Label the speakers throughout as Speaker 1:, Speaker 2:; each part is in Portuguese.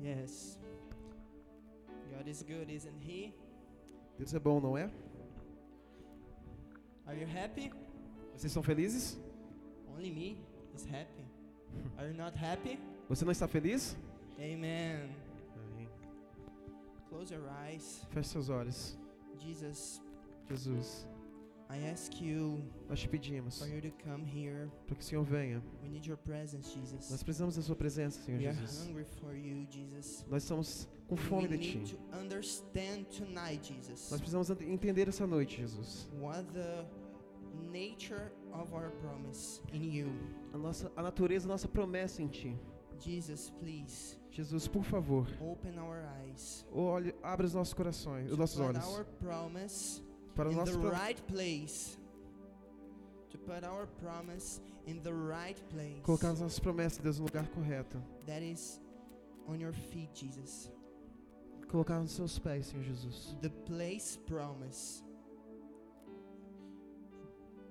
Speaker 1: Yes. God is good, isn't He?
Speaker 2: Deus é bom, não é?
Speaker 1: Are you happy?
Speaker 2: Vocês são felizes?
Speaker 1: Only me is happy. Are you not happy?
Speaker 2: Você não está feliz?
Speaker 1: Amen.
Speaker 2: Amém.
Speaker 1: Close your eyes.
Speaker 2: Feche seus olhos.
Speaker 1: Jesus,
Speaker 2: Jesus,
Speaker 1: I ask you
Speaker 2: nós te pedimos
Speaker 1: for you to come here.
Speaker 2: para que o Senhor venha.
Speaker 1: We need your presence, Jesus.
Speaker 2: Nós precisamos da sua presença, Senhor
Speaker 1: We are
Speaker 2: Jesus.
Speaker 1: hungry for you, Jesus.
Speaker 2: Nós estamos com
Speaker 1: We
Speaker 2: fome de
Speaker 1: need
Speaker 2: ti.
Speaker 1: to understand tonight, Jesus,
Speaker 2: Nós precisamos ent- entender essa noite, Jesus.
Speaker 1: what the nature of our promise in you.
Speaker 2: A nossa a natureza, a nossa promessa em ti.
Speaker 1: Jesus, please
Speaker 2: Jesus, por favor,
Speaker 1: open our eyes.
Speaker 2: olhe, abre os nossos corações, os nossos
Speaker 1: to put
Speaker 2: olhos
Speaker 1: our promise
Speaker 2: para o
Speaker 1: in the
Speaker 2: nosso pro-
Speaker 1: right place. To put our promise in the right place.
Speaker 2: colocar as nossas promessas, Deus, no lugar correto.
Speaker 1: That is on your feet, Jesus.
Speaker 2: Colocar nos seus pés, Senhor Jesus.
Speaker 1: The place promise.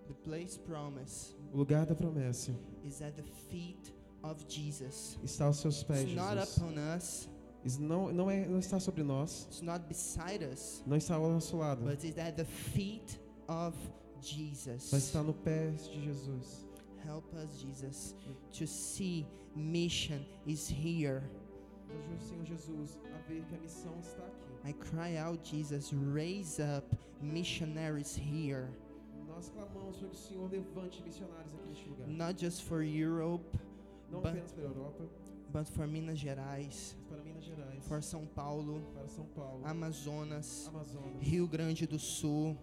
Speaker 1: The place promise
Speaker 2: O lugar da promessa
Speaker 1: is at the feet of Jesus.
Speaker 2: está aos seus pés,
Speaker 1: It's not
Speaker 2: Jesus.
Speaker 1: upon us,
Speaker 2: Isso não não é não está sobre nós,
Speaker 1: it's not beside us,
Speaker 2: não está ao nosso lado,
Speaker 1: but it's at the feet of
Speaker 2: mas
Speaker 1: Jesus.
Speaker 2: está no pé de Jesus.
Speaker 1: Help us, Jesus, to see mission is here.
Speaker 2: Nos ajude, Senhor Jesus, a ver que a missão está aqui.
Speaker 1: I cry out, Jesus, raise up missionaries here,
Speaker 2: Nós clamamos para que o Senhor levante missionários aqui neste lugar.
Speaker 1: not just for Europe,
Speaker 2: Não
Speaker 1: Ba-
Speaker 2: apenas para a Europa,
Speaker 1: but for Minas Gerais,
Speaker 2: mas para Minas Gerais,
Speaker 1: for São Paulo,
Speaker 2: para São Paulo,
Speaker 1: Amazonas,
Speaker 2: Amazonas,
Speaker 1: Rio Grande do Sul,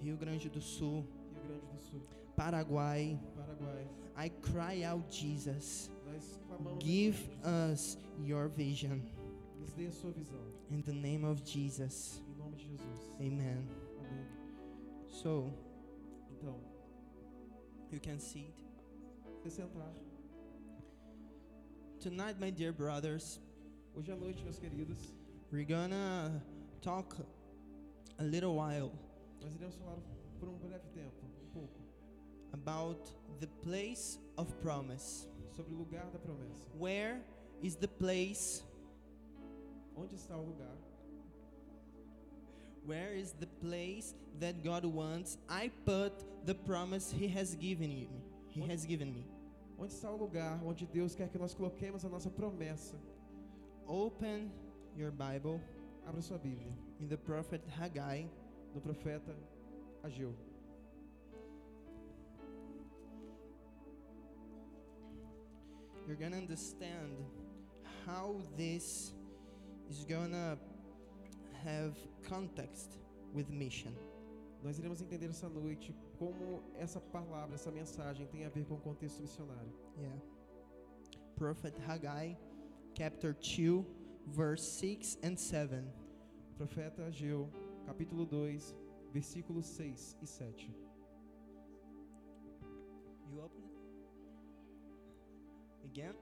Speaker 1: Rio Grande do Sul,
Speaker 2: Rio Grande do Sul,
Speaker 1: Paraguai.
Speaker 2: Paraguai.
Speaker 1: I cry out, Jesus,
Speaker 2: Nós clamamos,
Speaker 1: give ah,
Speaker 2: Jesus,
Speaker 1: us your vision.
Speaker 2: nos dê a sua visão.
Speaker 1: In the name of Jesus,
Speaker 2: Em nome de Jesus.
Speaker 1: amen.
Speaker 2: Amém.
Speaker 1: So,
Speaker 2: Então,
Speaker 1: you can see it.
Speaker 2: se sentar.
Speaker 1: Tonight, my dear brothers,
Speaker 2: Hoje à noite, meus queridos,
Speaker 1: We're gonna talk a little while
Speaker 2: nós iremos falar por um breve tempo, um pouco,
Speaker 1: about the place of promise.
Speaker 2: sobre o lugar da promessa.
Speaker 1: Where is the place?
Speaker 2: Onde está o lugar?
Speaker 1: Where is the place that God wants? I put the promise He has given you. He
Speaker 2: Onde-
Speaker 1: has given me.
Speaker 2: Onde está o lugar onde Deus quer que nós coloquemos a nossa promessa?
Speaker 1: Open your Bible
Speaker 2: Abra sua Bíblia.
Speaker 1: in the prophet Haggai,
Speaker 2: No profeta Ageu.
Speaker 1: you're gonna understand how this is gonna have context with mission.
Speaker 2: Nós iremos entender essa noite como essa palavra, essa mensagem tem a ver com o contexto missionário.
Speaker 1: Yeah. Prophet Haggai, chapter 2, verse 6 and 7.
Speaker 2: Profeta Ageu, capítulo 2, versículos 6 e 7.
Speaker 1: You open it? Again?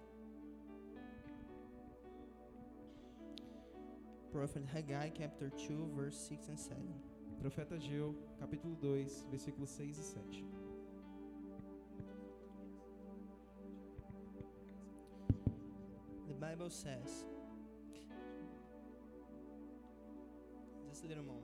Speaker 1: Prophet Haggai, chapter 2, verse 6 and 7.
Speaker 2: Profeta Ageu, capítulo 2, versículos 6 e 7.
Speaker 1: The Bible says, just a little moment.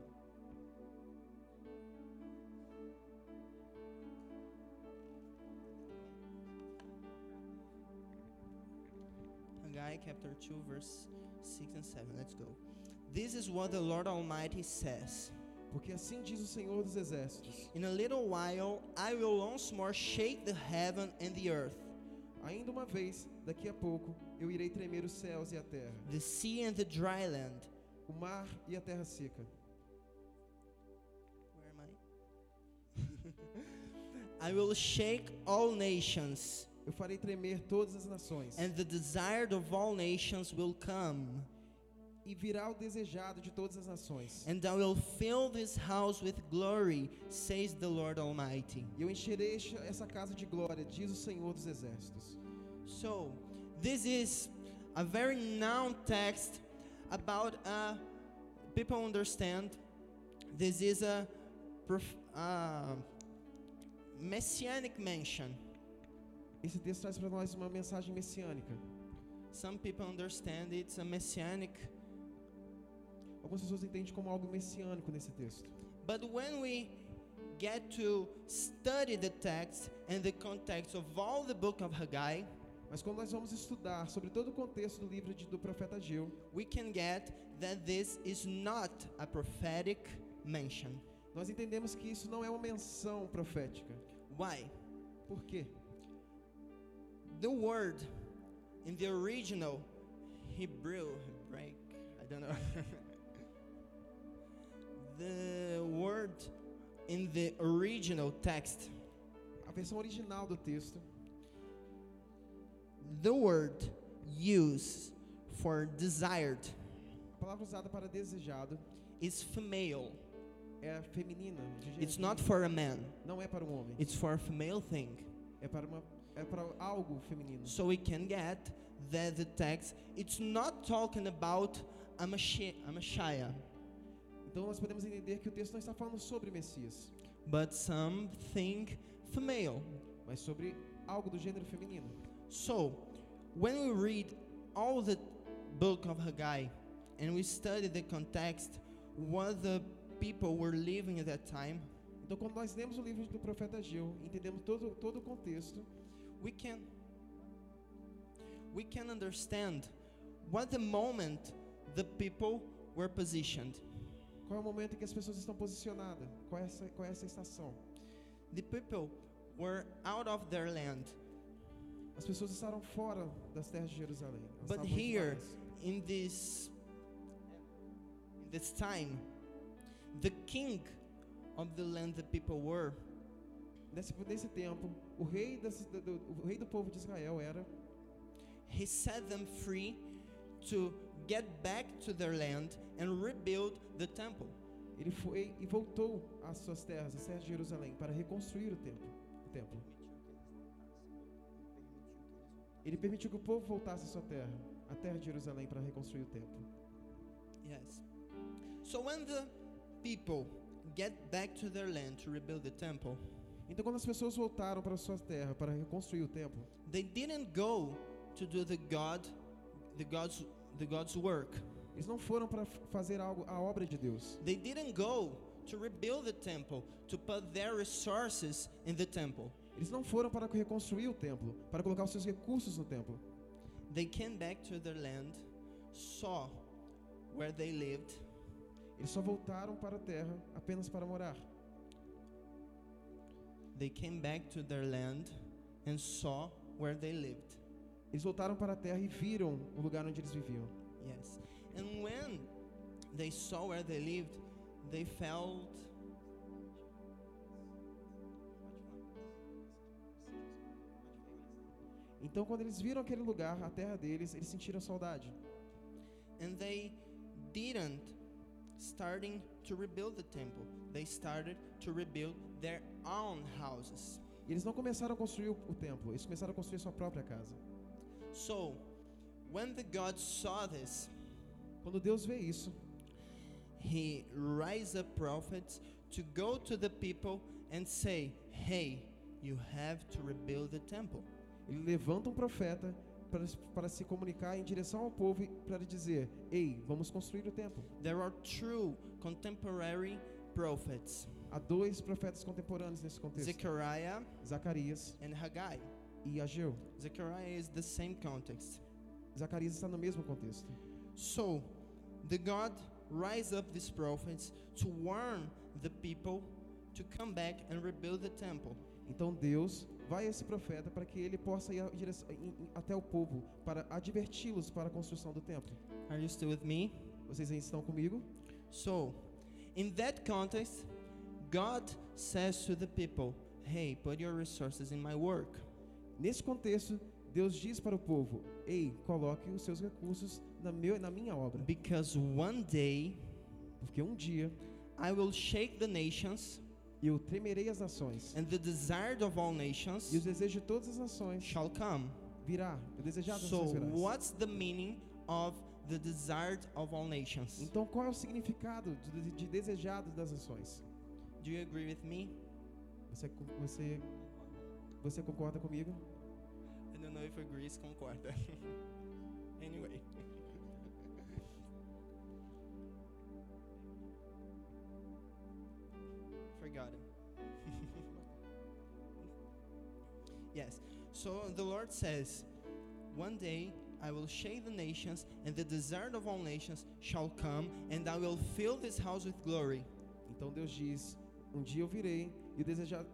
Speaker 1: Haggai chapter 2, verse 6 and 7. Let's go. This is what the Lord Almighty says.
Speaker 2: Porque assim diz o Senhor dos Exércitos:
Speaker 1: In a little while, I will once more shake the heaven and the earth,
Speaker 2: Ainda uma vez, daqui a pouco, eu irei tremer os céus e a terra,
Speaker 1: the sea and the dry land.
Speaker 2: o mar e a terra seca.
Speaker 1: Where am I? I will shake all nations,
Speaker 2: Eu farei tremer todas as nações,
Speaker 1: and the desired of all nations will come.
Speaker 2: e virá o desejado de todas as nações.
Speaker 1: And I will fill this house with glory, says the Lord Almighty.
Speaker 2: E eu encherei este- essa casa de glória, diz o Senhor dos Exércitos.
Speaker 1: So, this is a very noun text about uh, people understand this is a prof- uh, messianic mention.
Speaker 2: Esse texto traz para nós uma mensagem messiânica.
Speaker 1: Some people understand it's a messianic.
Speaker 2: Algumas pessoas entendem como algo messiânico nesse texto.
Speaker 1: But when we get to study the text and the context of all the book of Haggai,
Speaker 2: Mas quando nós vamos estudar sobre todo o contexto do livro de- do profeta Ageu,
Speaker 1: we can get that this is not a prophetic mention.
Speaker 2: nós entendemos que isso não é uma menção profética.
Speaker 1: Why?
Speaker 2: Por quê?
Speaker 1: The word in the original Hebrew, Hebraic, I don't know. the word in the original text,
Speaker 2: A versão original do texto,
Speaker 1: the word used for desired
Speaker 2: a palavra usada para desejado
Speaker 1: is female.
Speaker 2: é feminina. de-
Speaker 1: It's not for a man,
Speaker 2: Não é para um homem.
Speaker 1: it's for a female thing.
Speaker 2: É para uma é para algo feminino.
Speaker 1: So we can get that the text, it's not talking about a, machi- a Messiah,
Speaker 2: Então nós podemos entender que o texto não está falando sobre Messias,
Speaker 1: but something female.
Speaker 2: mas sobre algo do gênero feminino.
Speaker 1: So, when we read all the book of Haggai and we study the context, what the people were living at that time,
Speaker 2: Então quando nós lemos o livro do profeta Ageu, entendemos todo todo o contexto,
Speaker 1: we can we can understand what the moment the people were positioned.
Speaker 2: qual é o momento em que as pessoas estão posicionadas, qual é essa qual é essa estação.
Speaker 1: The people were out of their land.
Speaker 2: As pessoas estavam fora das terras de Jerusalém. Elas
Speaker 1: But
Speaker 2: estavam
Speaker 1: here-
Speaker 2: isoladas.
Speaker 1: In this in this time, the king of the land the people were
Speaker 2: nesse, nesse tempo, o rei, das, do, do- o rei do povo de Israel era
Speaker 1: He set them free to get back to their land and rebuild the temple.
Speaker 2: ele foi e voltou às suas terras, às terras de Jerusalém, para reconstruir o templo. O templo. Ele permitiu que o povo voltasse à sua terra, à terra de Jerusalém, para reconstruir o templo.
Speaker 1: Yes. So when the people get back to their land to rebuild the temple,
Speaker 2: Então, quando as pessoas voltaram para a sua terra para reconstruir o templo,
Speaker 1: they didn't go to do the God, the God's, the God's work.
Speaker 2: eles não foram para f- fazer algo, a obra de Deus.
Speaker 1: They didn't go to rebuild the temple to put their resources in the temple.
Speaker 2: Eles não foram para reconstruir o templo, para colocar os seus recursos no templo.
Speaker 1: They came back to their land, saw where they lived,
Speaker 2: Eles só voltaram para a terra apenas para morar.
Speaker 1: They came back to their land and saw where they lived.
Speaker 2: Eles voltaram para a terra e viram o lugar onde eles viviam.
Speaker 1: Yes. And when they saw where they lived, they felt
Speaker 2: Então, quando eles viram aquele lugar, a terra deles, eles sentiram saudade.
Speaker 1: and they didn't starting to rebuild the temple. They started to rebuild their own houses.
Speaker 2: E eles não começaram a construir o, o templo, eles começaram a construir sua própria casa.
Speaker 1: So, when the God saw this,
Speaker 2: Quando Deus vê isso,
Speaker 1: he raised up prophets to go to the people and say, "Hey, you have to rebuild the temple."
Speaker 2: ele levanta um profeta para, para se comunicar em direção ao povo e para dizer: Ei, vamos construir o templo.
Speaker 1: There are true contemporary prophets,
Speaker 2: Há dois profetas contemporâneos nesse contexto:
Speaker 1: Zechariah
Speaker 2: Zacarias
Speaker 1: and Haggai.
Speaker 2: e Ageu.
Speaker 1: Zechariah is the same context.
Speaker 2: Zacarias está no mesmo contexto.
Speaker 1: So, the God raised up these prophets to warn the people to come back and rebuild the temple.
Speaker 2: Então Deus vai a esse profeta para que ele possa ir a direc- em- em- até o povo para adverti-los para a construção do templo.
Speaker 1: Are you still with me?
Speaker 2: Vocês ainda estão comigo?
Speaker 1: So, in that context, God says to the people, "Hey, put your resources in my work."
Speaker 2: Nesse contexto, Deus diz para o povo: Ei, coloque os seus recursos na, meu, na minha obra,
Speaker 1: Because one day
Speaker 2: porque um dia
Speaker 1: I will shake the nations
Speaker 2: eu tremerei as nações
Speaker 1: and the desire of all nations
Speaker 2: e os desejos de todas as nações
Speaker 1: shall come.
Speaker 2: virá. O desejado das
Speaker 1: So,
Speaker 2: nações virá.
Speaker 1: what's the meaning of the desired of all nations?
Speaker 2: Então, qual é o significado de, de- de desejado das nações?
Speaker 1: Do you agree with me?
Speaker 2: Você, co- você, você concorda comigo?
Speaker 1: I don't know if agrees concorda. anyway. Forgotten. yes. So the Lord says, One day I will shake the nations, and the desert of all nations shall come, and I will fill this house with glory.
Speaker 2: Então Deus diz: Um dia eu virei e o desejado,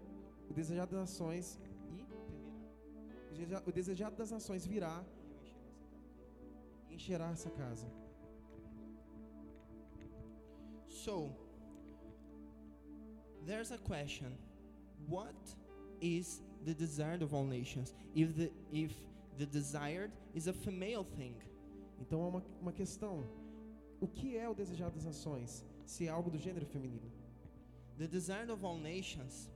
Speaker 2: o desejado das nações e o deseja- o desejado das nações virá e encherá essa casa.
Speaker 1: So, there's a question: What is the desired of all nations? If the if the desired is a female thing,
Speaker 2: Então há uma, uma questão: o que é o desejado das nações? Se é algo do gênero feminino?
Speaker 1: the desired of all nations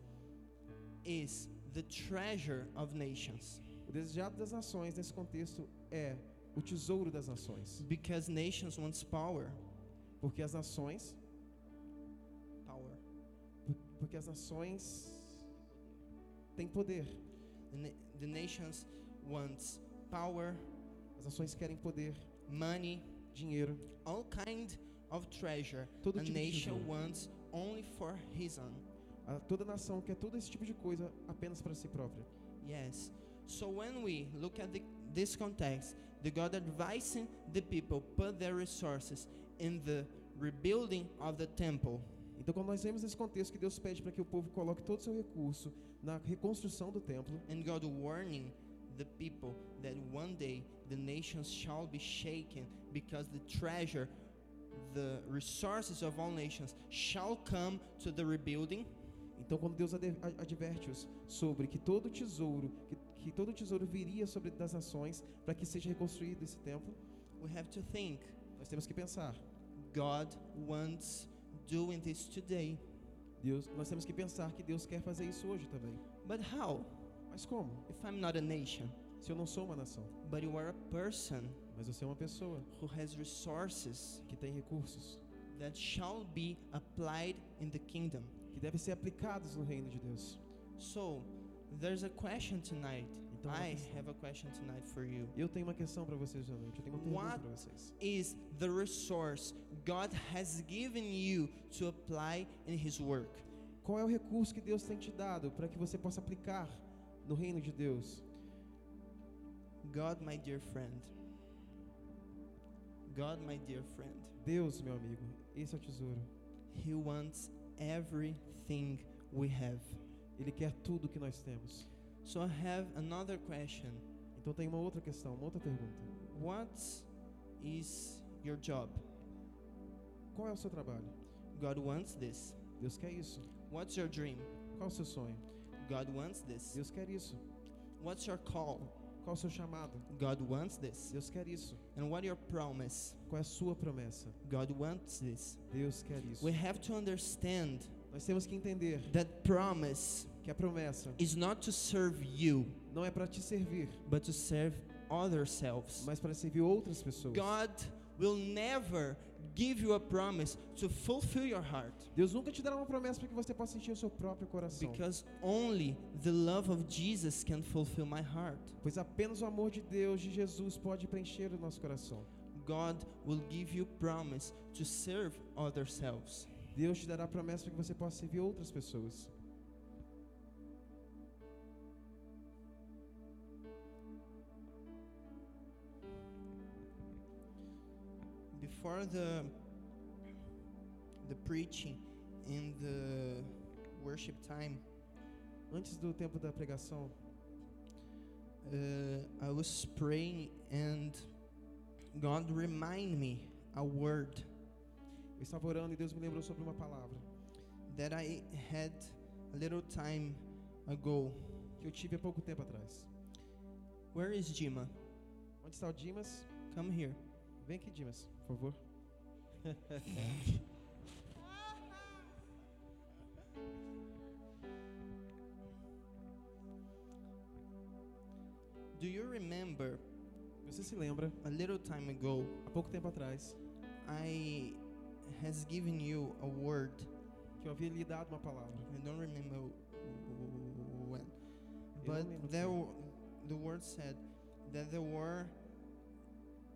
Speaker 1: is the treasure of nations,
Speaker 2: O desejado das nações nesse contexto é o tesouro das nações,
Speaker 1: because nations wants power,
Speaker 2: porque as nações,
Speaker 1: power,
Speaker 2: porque as nações têm poder.
Speaker 1: the, na- the nations wants power,
Speaker 2: As nações querem poder,
Speaker 1: money,
Speaker 2: dinheiro,
Speaker 1: all kind of treasure.
Speaker 2: todo
Speaker 1: A
Speaker 2: tipo de
Speaker 1: nation
Speaker 2: tesouro.
Speaker 1: wants only for his own.
Speaker 2: A- Toda nação quer todo esse tipo de coisa apenas para si própria.
Speaker 1: Yes. So when we look at the, this context, the God advising the people put their resources in the rebuilding of the temple.
Speaker 2: Então, quando nós vemos esse contexto que Deus pede para que o povo coloque todo o seu recurso na reconstrução do templo,
Speaker 1: And God warning the people that one day the nations shall be shaken because the treasure, the resources of all nations shall come to the rebuilding.
Speaker 2: então quando Deus ade- a- adverte-os sobre que todo o tesouro, que, que todo o tesouro viria sobre das nações para que seja reconstruído esse templo,
Speaker 1: We have to think
Speaker 2: nós temos que pensar.
Speaker 1: God wants doing this today.
Speaker 2: Deus, nós temos que pensar que Deus quer fazer isso hoje também.
Speaker 1: But how?
Speaker 2: Mas como?
Speaker 1: If I'm not a nation,
Speaker 2: Se eu não sou uma nação,
Speaker 1: but you are a person.
Speaker 2: mas eu sou uma pessoa
Speaker 1: who has resources
Speaker 2: que tem recursos,
Speaker 1: that shall be applied in the kingdom.
Speaker 2: que devem ser aplicados no reino de Deus.
Speaker 1: So, there's a question tonight.
Speaker 2: Então,
Speaker 1: I have a question tonight for you.
Speaker 2: eu tenho uma questão para vocês de noite. Eu tenho uma pergunta
Speaker 1: What?
Speaker 2: para vocês.
Speaker 1: Is the resource God has given you to apply in His work?
Speaker 2: Qual é o recurso que Deus tem te dado para que você possa aplicar no reino de Deus?
Speaker 1: God, my dear friend. God, my dear friend.
Speaker 2: Deus, meu amigo, esse é o tesouro.
Speaker 1: He wants everything we have.
Speaker 2: Ele quer tudo que nós temos.
Speaker 1: So, I have another question.
Speaker 2: Então tem uma outra questão, uma outra pergunta.
Speaker 1: What is your job?
Speaker 2: Qual é o seu trabalho?
Speaker 1: God wants this.
Speaker 2: Deus quer isso.
Speaker 1: What's your dream?
Speaker 2: Qual é o seu sonho?
Speaker 1: God wants this.
Speaker 2: Deus quer isso.
Speaker 1: What's your call?
Speaker 2: Qual é o seu chamado?
Speaker 1: God wants this.
Speaker 2: Deus quer isso.
Speaker 1: And what your promise?
Speaker 2: Qual é a sua promessa?
Speaker 1: God wants this.
Speaker 2: Deus quer isso.
Speaker 1: We have to understand
Speaker 2: Nós temos que entender
Speaker 1: that promise
Speaker 2: que a promessa
Speaker 1: is not to serve you,
Speaker 2: não é para te servir,
Speaker 1: but to serve other selves.
Speaker 2: mas para servir outras pessoas.
Speaker 1: God will never give you a promise to fulfill your heart
Speaker 2: Deus nunca te dará uma promessa para que você possa sentir o seu próprio coração,
Speaker 1: because only the love of Jesus can fulfill my heart.
Speaker 2: pois apenas o amor de Deus, de Jesus, pode preencher o nosso coração.
Speaker 1: God will give you promise to serve other selves.
Speaker 2: Deus te dará a promessa para que você possa servir outras pessoas.
Speaker 1: before the the preaching and the worship time
Speaker 2: Antes do tempo da pregação,
Speaker 1: uh, i was praying and god remind me a word
Speaker 2: eu estava orando e Deus me lembrou sobre uma palavra
Speaker 1: that i had a little time ago
Speaker 2: que eu tive há pouco tempo atrás.
Speaker 1: where is jima
Speaker 2: Onde está o Dimas?
Speaker 1: come here
Speaker 2: Vem aqui, Dimas, por favor.
Speaker 1: do you remember
Speaker 2: Você se lembra,
Speaker 1: a little time ago
Speaker 2: há pouco tempo atrás,
Speaker 1: i has given you a word
Speaker 2: que eu havia lhe dado uma palavra.
Speaker 1: i don't remember w- when
Speaker 2: Eu não
Speaker 1: But
Speaker 2: lembro
Speaker 1: there,
Speaker 2: quando.
Speaker 1: w- the word said that there were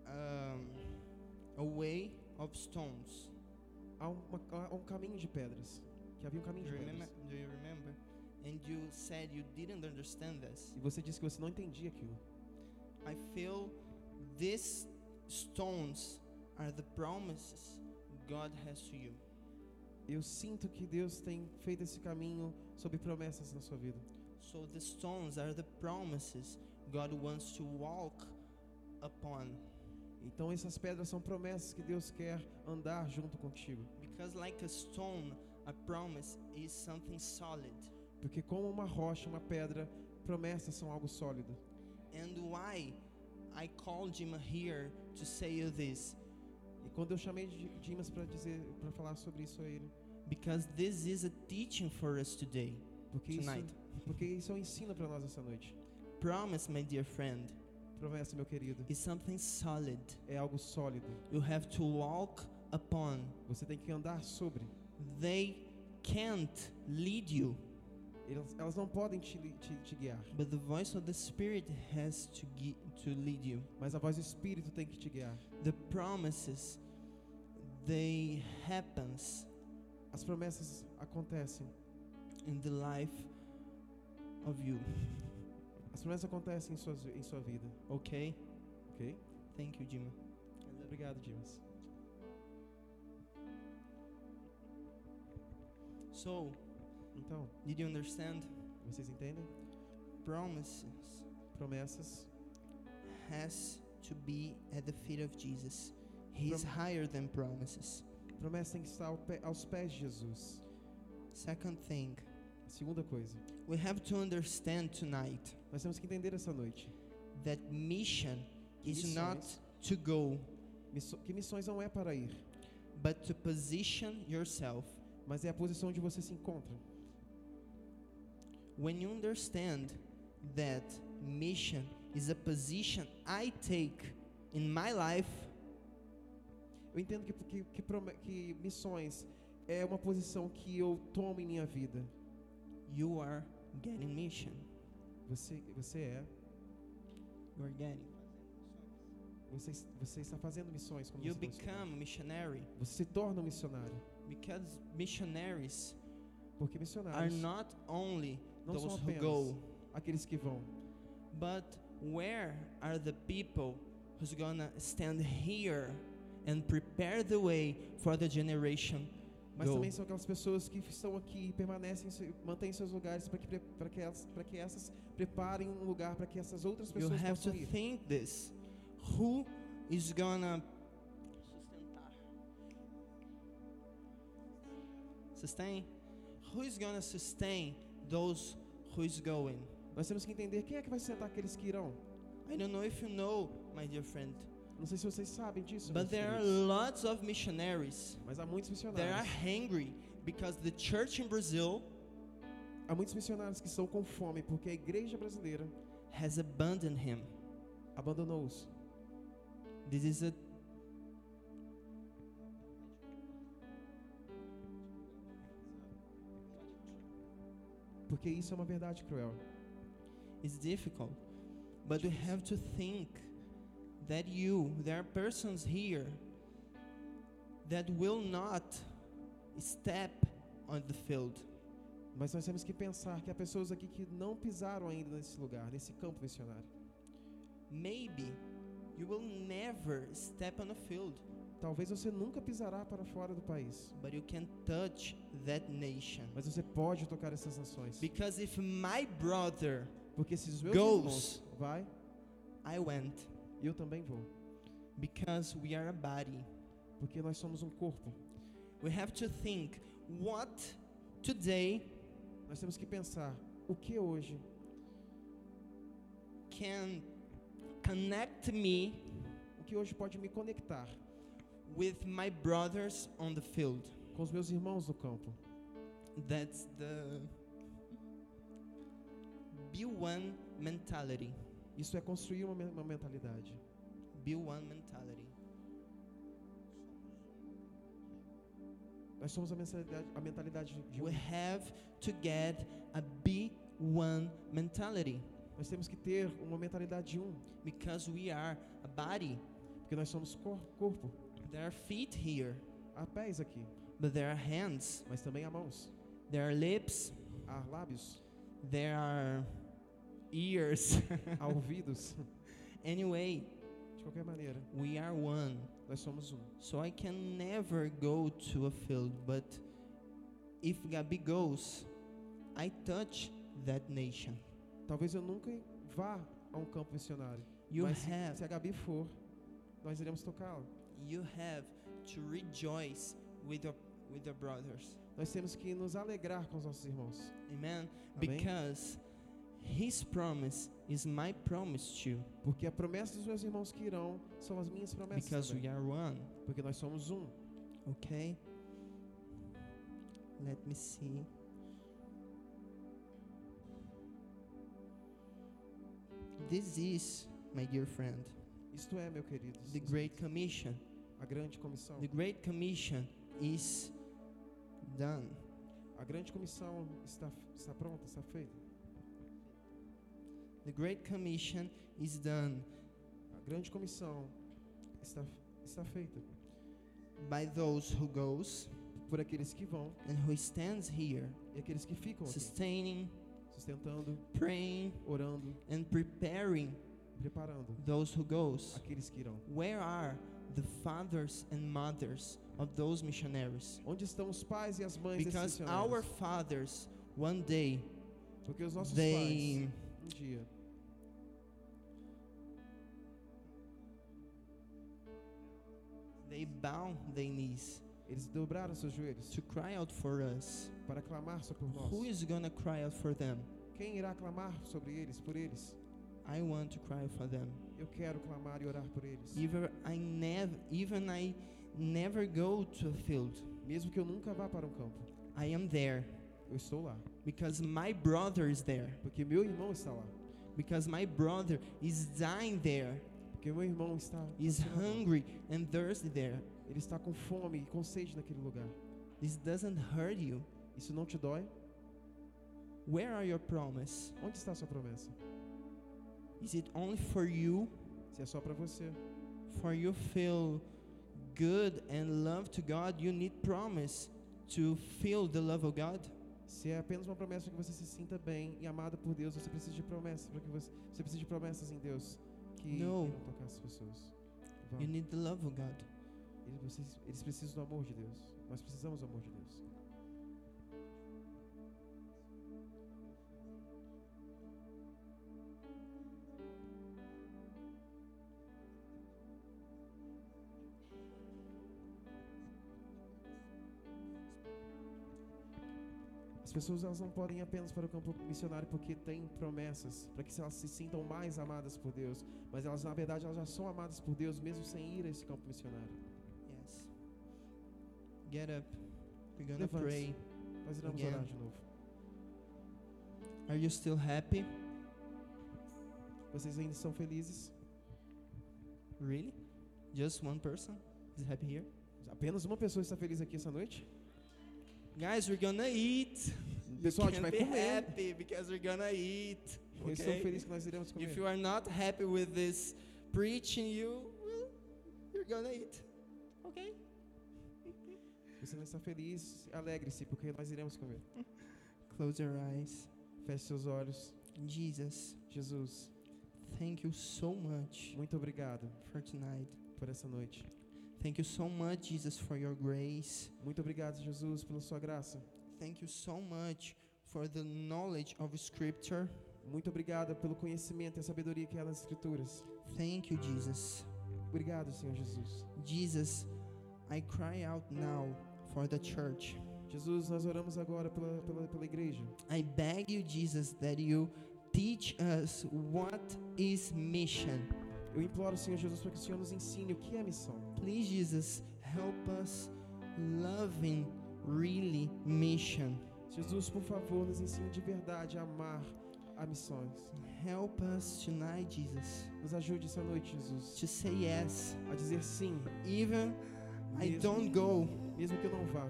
Speaker 1: uh, um, a way of stones.
Speaker 2: Há, uma, há um caminho de pedras. Que havia um
Speaker 1: Do
Speaker 2: caminho
Speaker 1: you,
Speaker 2: de
Speaker 1: remember,
Speaker 2: pedras.
Speaker 1: do you remember? And you said you didn't understand this.
Speaker 2: E você disse que você não entendia aquilo.
Speaker 1: I feel these stones are the promises God has to you.
Speaker 2: Eu sinto que Deus tem feito esse caminho sob promessas na sua vida.
Speaker 1: So the stones are the promises God wants to walk upon.
Speaker 2: Então essas pedras são promessas que Deus quer andar junto contigo.
Speaker 1: Because, like a stone, a promise is something solid.
Speaker 2: Porque como uma rocha, uma pedra, promessas são algo sólido.
Speaker 1: And why I called him here to say you this?
Speaker 2: E quando eu chamei de Dimas para dizer, para falar sobre isso a ele,
Speaker 1: Because this is a teaching for us today,
Speaker 2: porque isso,
Speaker 1: tonight.
Speaker 2: porque isso é um ensino para nós essa noite.
Speaker 1: Promise, my dear friend,
Speaker 2: Promessa, meu querido,
Speaker 1: is something solid.
Speaker 2: é algo sólido.
Speaker 1: You have to walk upon.
Speaker 2: Você tem que andar sobre.
Speaker 1: They can't lead you,
Speaker 2: Elas, elas não podem te, li- te, te guiar,
Speaker 1: but the voice of the Spirit has to gui- to lead you.
Speaker 2: mas a voz do Espírito tem que te guiar.
Speaker 1: The promises, they happens
Speaker 2: As promessas acontecem.
Speaker 1: in the life of you.
Speaker 2: As promessas acontecem em, suas, em sua vida,
Speaker 1: Okay.
Speaker 2: ok?
Speaker 1: Thank you, Jim.
Speaker 2: Obrigado, Dimas.
Speaker 1: So,
Speaker 2: Então,
Speaker 1: did you understand?
Speaker 2: vocês entendem?
Speaker 1: Promises
Speaker 2: Promessas.
Speaker 1: has to be at the feet of Jesus. He's
Speaker 2: Prom-
Speaker 1: higher than promises.
Speaker 2: Promessa tem que estar ao pé- aos pés de Jesus.
Speaker 1: Second thing,
Speaker 2: A segunda coisa,
Speaker 1: we have to understand tonight
Speaker 2: nós temos que entender essa noite
Speaker 1: that mission is not
Speaker 2: Missões.
Speaker 1: to go,
Speaker 2: misso- que missões não é para ir,
Speaker 1: but to position yourself.
Speaker 2: mas é a posição onde você se encontra.
Speaker 1: When you understand that mission is a position I take in my life,
Speaker 2: Eu entendo que, que, que, prome- que missões é uma posição que eu tomo em minha vida.
Speaker 1: you are getting mission.
Speaker 2: Você, você é,
Speaker 1: You are getting.
Speaker 2: você, es- você está fazendo missões como
Speaker 1: You
Speaker 2: você está ensinando.
Speaker 1: become missionary
Speaker 2: Você se torna um missionário,
Speaker 1: because missionaries
Speaker 2: porque
Speaker 1: are
Speaker 2: missionários
Speaker 1: not only
Speaker 2: não são
Speaker 1: those who
Speaker 2: apenas
Speaker 1: go,
Speaker 2: aqueles que vão,
Speaker 1: but where are the people who's gonna stand here and prepare the way for the generation?
Speaker 2: mas
Speaker 1: Go.
Speaker 2: também são aquelas pessoas que estão aqui e permanecem, em seu- mantêm seus lugares para que pre- para que elas para que essas preparem um lugar para que essas outras
Speaker 1: You
Speaker 2: pessoas
Speaker 1: have to
Speaker 2: possam ir.
Speaker 1: think this. Who is gonna sustain? Who is gonna sustain those who is going?
Speaker 2: Nós temos que entender quem é que vai sentar aqueles que irão.
Speaker 1: I don't know if you know, my dear friend,
Speaker 2: Não sei se vocês sabem disso.
Speaker 1: but
Speaker 2: meus
Speaker 1: there are
Speaker 2: queridos,
Speaker 1: lots of missionaries.
Speaker 2: Mas há muitos
Speaker 1: They are
Speaker 2: missionários.
Speaker 1: hungry because the church in Brazil
Speaker 2: Há muitos missionários que estão com fome porque a igreja brasileira
Speaker 1: has abandoned him.
Speaker 2: abandonou-os.
Speaker 1: This is a
Speaker 2: Porque isso é uma verdade cruel.
Speaker 1: it's difficult, but we have to think that you there are persons here that will not step on the field.
Speaker 2: Mas nós temos que pensar que há pessoas aqui que não pisaram ainda nesse lugar, nesse campo missionário.
Speaker 1: Maybe you will never step on a field,
Speaker 2: Talvez você nunca pisará para fora do país,
Speaker 1: but you can touch that nation.
Speaker 2: mas você pode tocar essas nações.
Speaker 1: Because if my brother
Speaker 2: Porque se os meus
Speaker 1: Goes.
Speaker 2: irmãos vai,
Speaker 1: I went
Speaker 2: eu também vou.
Speaker 1: because we are a body.
Speaker 2: Porque nós somos um corpo.
Speaker 1: We have to think what today
Speaker 2: Nós temos que pensar o que hoje
Speaker 1: can connect me
Speaker 2: o que hoje pode me conectar
Speaker 1: with my brothers on the field.
Speaker 2: com os meus irmãos no campo.
Speaker 1: That's the B1 mentality.
Speaker 2: Isso é construir uma, men- uma mentalidade.
Speaker 1: B1 mentality.
Speaker 2: Nós somos a mentalidade, a mentalidade de um.
Speaker 1: We have to get a B1 mentality
Speaker 2: Nós temos que ter uma mentalidade de um,
Speaker 1: because we are a body.
Speaker 2: porque Porque nós somos cor corpo.
Speaker 1: There are feet here,
Speaker 2: Há pés aqui,
Speaker 1: but there are hands,
Speaker 2: mas também há mãos.
Speaker 1: there are lips,
Speaker 2: Há lábios,
Speaker 1: there are ears.
Speaker 2: há ouvidos.
Speaker 1: anyway,
Speaker 2: De qualquer maneira,
Speaker 1: we are one.
Speaker 2: nós somos um.
Speaker 1: So I can never go to a field, but if Gabi goes, I touch that nation.
Speaker 2: Talvez eu nunca vá a um campo missionário.
Speaker 1: You
Speaker 2: mas se-
Speaker 1: have
Speaker 2: se a Gabi for, nós iremos tocá-la.
Speaker 1: you have to rejoice with your with your brothers.
Speaker 2: Nós temos que nos alegrar com os nossos irmãos.
Speaker 1: Amen.
Speaker 2: Amém?
Speaker 1: Because his promise is my promise too.
Speaker 2: Porque a promessa dos meus irmãos que irão são as minhas promessas.
Speaker 1: Because
Speaker 2: também.
Speaker 1: we are one.
Speaker 2: Porque nós somos um.
Speaker 1: Okay? Let me see. This is, my dear friend,
Speaker 2: Isto é, meu querido.
Speaker 1: the Great Commission.
Speaker 2: A grande comissão.
Speaker 1: The Great Commission is done.
Speaker 2: A grande comissão está, está pronta, está feita.
Speaker 1: The Great Commission is done
Speaker 2: A grande comissão está, está feita.
Speaker 1: by those who goes
Speaker 2: Por aqueles que vão
Speaker 1: and who stands here,
Speaker 2: e aqueles que ficam aqui,
Speaker 1: sustaining,
Speaker 2: sustentando,
Speaker 1: praying,
Speaker 2: orando,
Speaker 1: and preparing
Speaker 2: preparando.
Speaker 1: those who goes.
Speaker 2: Aqueles que irão.
Speaker 1: Where are the fathers and mothers of those missionaries?
Speaker 2: Onde estão os pais e as mães desses
Speaker 1: Because
Speaker 2: missionários?
Speaker 1: our fathers, one day,
Speaker 2: Porque os nossos
Speaker 1: they
Speaker 2: pais, um dia,
Speaker 1: they bow their knees
Speaker 2: eles dobraram seus joelhos
Speaker 1: to cry out for us.
Speaker 2: para clamar só por nós.
Speaker 1: Who is gonna cry out for them?
Speaker 2: Quem irá clamar sobre eles, por eles?
Speaker 1: I want to cry for them.
Speaker 2: Eu quero clamar e orar por eles.
Speaker 1: Even I never, even I never go to a field.
Speaker 2: Mesmo que eu nunca vá para um campo,
Speaker 1: I am there
Speaker 2: eu estou lá.
Speaker 1: because my brother is there.
Speaker 2: Porque meu irmão está lá.
Speaker 1: Because my brother is dying there,
Speaker 2: Porque meu irmão está.
Speaker 1: is
Speaker 2: está lá.
Speaker 1: hungry and thirsty there.
Speaker 2: Ele está com fome e com sede naquele lugar.
Speaker 1: This doesn't hurt you.
Speaker 2: Isso não te dói?
Speaker 1: Where are your promise?
Speaker 2: Onde está a sua promessa?
Speaker 1: Is it only for you?
Speaker 2: Se é só para você.
Speaker 1: For you feel good and love to God, you need promise to feel the love of God.
Speaker 2: Se é apenas uma promessa que você se sinta bem e amada por Deus, você precisa de promessas para que você, você precisa de promessas em Deus que
Speaker 1: Não.
Speaker 2: irão tocar as pessoas. Vá.
Speaker 1: You need the love of God.
Speaker 2: Eles, vocês- eles precisam do amor de Deus. Nós precisamos do amor de Deus. As pessoas elas não podem ir apenas para o campo missionário porque têm promessas, para que elas se sintam mais amadas por Deus, mas elas na verdade elas já são amadas por Deus mesmo sem ir a esse campo missionário.
Speaker 1: Yes. Get up. We're gonna
Speaker 2: Levante-se.
Speaker 1: pray.
Speaker 2: Nós iremos
Speaker 1: Again.
Speaker 2: orar de novo.
Speaker 1: Are you still happy?
Speaker 2: Vocês ainda são felizes?
Speaker 1: Really? Just one person is happy here?
Speaker 2: Apenas uma pessoa está feliz aqui essa noite?
Speaker 1: Guys, we're gonna eat.
Speaker 2: Pessoal, a gente
Speaker 1: Can
Speaker 2: vai
Speaker 1: be
Speaker 2: comer.
Speaker 1: happy because we're gonna eat.
Speaker 2: Eu estou
Speaker 1: okay?
Speaker 2: feliz que nós iremos comer.
Speaker 1: é. If you are not happy with this preaching, you well, you're gonna eat. Okay?
Speaker 2: Você não está feliz, alegre-se, porque nós iremos comer.
Speaker 1: Close your eyes.
Speaker 2: Feche seus olhos.
Speaker 1: Jesus,
Speaker 2: Jesus,
Speaker 1: thank you so much
Speaker 2: muito obrigado
Speaker 1: for tonight.
Speaker 2: por essa noite.
Speaker 1: Thank you so much, Jesus, for your grace.
Speaker 2: Muito obrigado, Jesus, pela sua graça.
Speaker 1: Thank you so much for the knowledge of Scripture.
Speaker 2: Muito obrigado pelo conhecimento e a sabedoria que há nas Escrituras.
Speaker 1: Thank you, Jesus.
Speaker 2: Obrigado, Senhor Jesus.
Speaker 1: Jesus, I cry out now for the church.
Speaker 2: Jesus, nós oramos agora pela, pela, pela igreja.
Speaker 1: I beg you, Jesus, that you teach us what is mission.
Speaker 2: Eu imploro, Senhor Jesus, para que o Senhor nos ensine o que é missão.
Speaker 1: Please, Jesus, help us loving really mission.
Speaker 2: Jesus, por favor, nos ensine de verdade a amar a missões.
Speaker 1: Help us tonight, Jesus,
Speaker 2: Nos ajude essa noite, Jesus,
Speaker 1: to say yes.
Speaker 2: a dizer sim,
Speaker 1: Even I
Speaker 2: Yes.
Speaker 1: don't go,
Speaker 2: mesmo que eu não vá.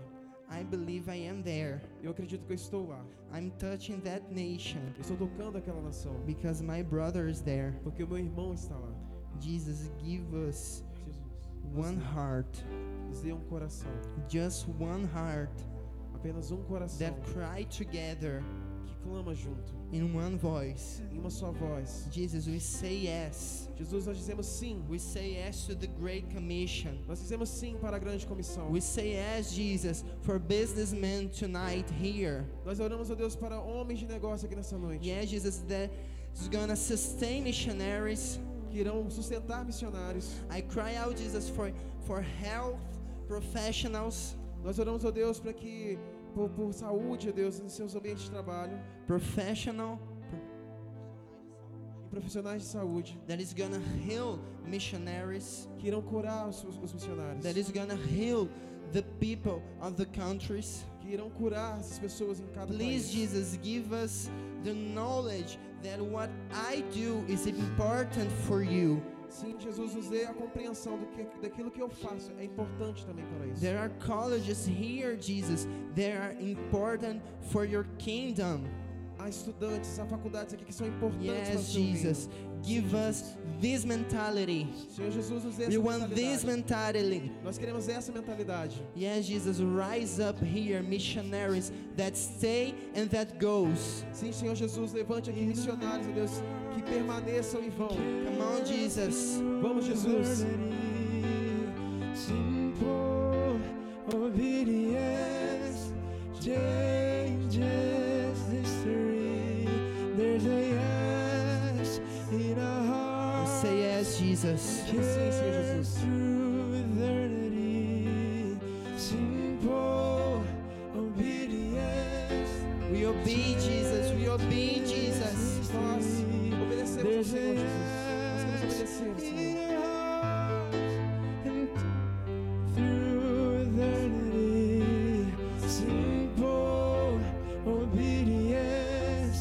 Speaker 1: I believe I am there.
Speaker 2: Eu acredito que eu estou lá.
Speaker 1: I'm touching that nation
Speaker 2: Eu estou tocando aquela nação,
Speaker 1: because my brother is there.
Speaker 2: porque o meu irmão está lá.
Speaker 1: Jesus, give us
Speaker 2: Jesus,
Speaker 1: one heart,
Speaker 2: Nos dê um coração,
Speaker 1: just one heart
Speaker 2: apenas um coração
Speaker 1: that cry together
Speaker 2: que clama junto,
Speaker 1: in one voice.
Speaker 2: em uma só voz.
Speaker 1: Jesus, we say yes.
Speaker 2: Jesus, nós dizemos sim.
Speaker 1: We say yes to the Great Commission.
Speaker 2: Nós dizemos sim para a grande comissão.
Speaker 1: We say yes, Jesus, for businessmen tonight here.
Speaker 2: Nós oramos a Deus para homens de negócio aqui nessa noite,
Speaker 1: Yes, Jesus, that is gonna sustain missionaries.
Speaker 2: que irão sustentar missionários.
Speaker 1: I cry out, Jesus, for for health professionals,
Speaker 2: Nós oramos a Deus para que por, por saúde, ó Deus, nos seus ambientes de trabalho,
Speaker 1: professional
Speaker 2: em profissionais de saúde
Speaker 1: that is gonna heal missionaries,
Speaker 2: que irão curar os, os missionários,
Speaker 1: that is gonna heal the people of the countries.
Speaker 2: que irão curar essas pessoas em cada
Speaker 1: Please,
Speaker 2: país.
Speaker 1: Jesus, give us the knowledge that what I do is important for you.
Speaker 2: Sim, Jesus, nos dê a compreensão do que, daquilo que eu faço é importante também para isso.
Speaker 1: There are colleges here, Jesus, that are important for your kingdom.
Speaker 2: Há estudantes, há faculdades aqui que são importantes para o
Speaker 1: Yes,
Speaker 2: seu reino.
Speaker 1: Jesus, give us this mentality.
Speaker 2: Senhor Jesus, nos dê
Speaker 1: We
Speaker 2: essa
Speaker 1: want this
Speaker 2: mentalidade.
Speaker 1: mentality.
Speaker 2: Nós queremos essa mentalidade.
Speaker 1: Yes, Jesus, rise up here, missionaries that stay and that goes.
Speaker 2: Sim, Senhor Jesus, levante aqui missionários, ó Deus, que permaneçam e vão.
Speaker 1: Come on, Jesus.
Speaker 2: Vamos, Jesus.
Speaker 3: Obedience changes history. There's a yes in our
Speaker 1: We
Speaker 3: heart.
Speaker 1: say yes, Jesus.
Speaker 2: Sim, Senhor Jesus.
Speaker 3: Through eternity, simple obedience.
Speaker 1: We obey Jesus. We obey Jesus.
Speaker 2: Nós obedecemos ao
Speaker 3: There's
Speaker 2: Senhor
Speaker 3: a
Speaker 2: Jesus. Nós queremos
Speaker 3: yes
Speaker 2: obedecer,
Speaker 3: in
Speaker 2: Senhor.
Speaker 3: our hearts and through eternity. Simple obedience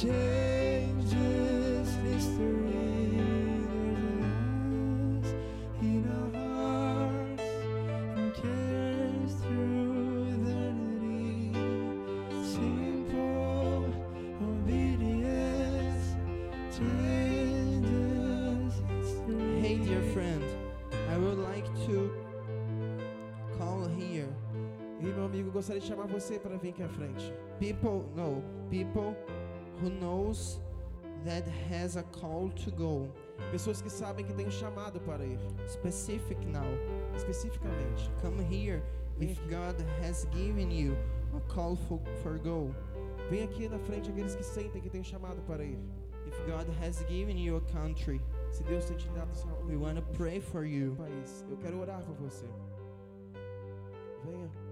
Speaker 3: changes history. There's a yes in our hearts and cares through eternity. Simple obedience changes history.
Speaker 1: Hey, dear friend, I would like to call here
Speaker 2: E meu amigo, gostaria de chamar você para vir aqui à frente.
Speaker 1: people. No, people who knows that has a call to go.
Speaker 2: Pessoas que sabem que tem um chamado para ir,
Speaker 1: Specific now.
Speaker 2: especificamente.
Speaker 1: Come here if God has given you a call for, for go.
Speaker 2: Vem aqui na frente aqueles que sentem que tem um chamado para ir.
Speaker 1: If God has given you a country,
Speaker 2: Se Deus tem te dado só um
Speaker 1: we want to pray for you.
Speaker 2: país, eu quero orar por você. Venha.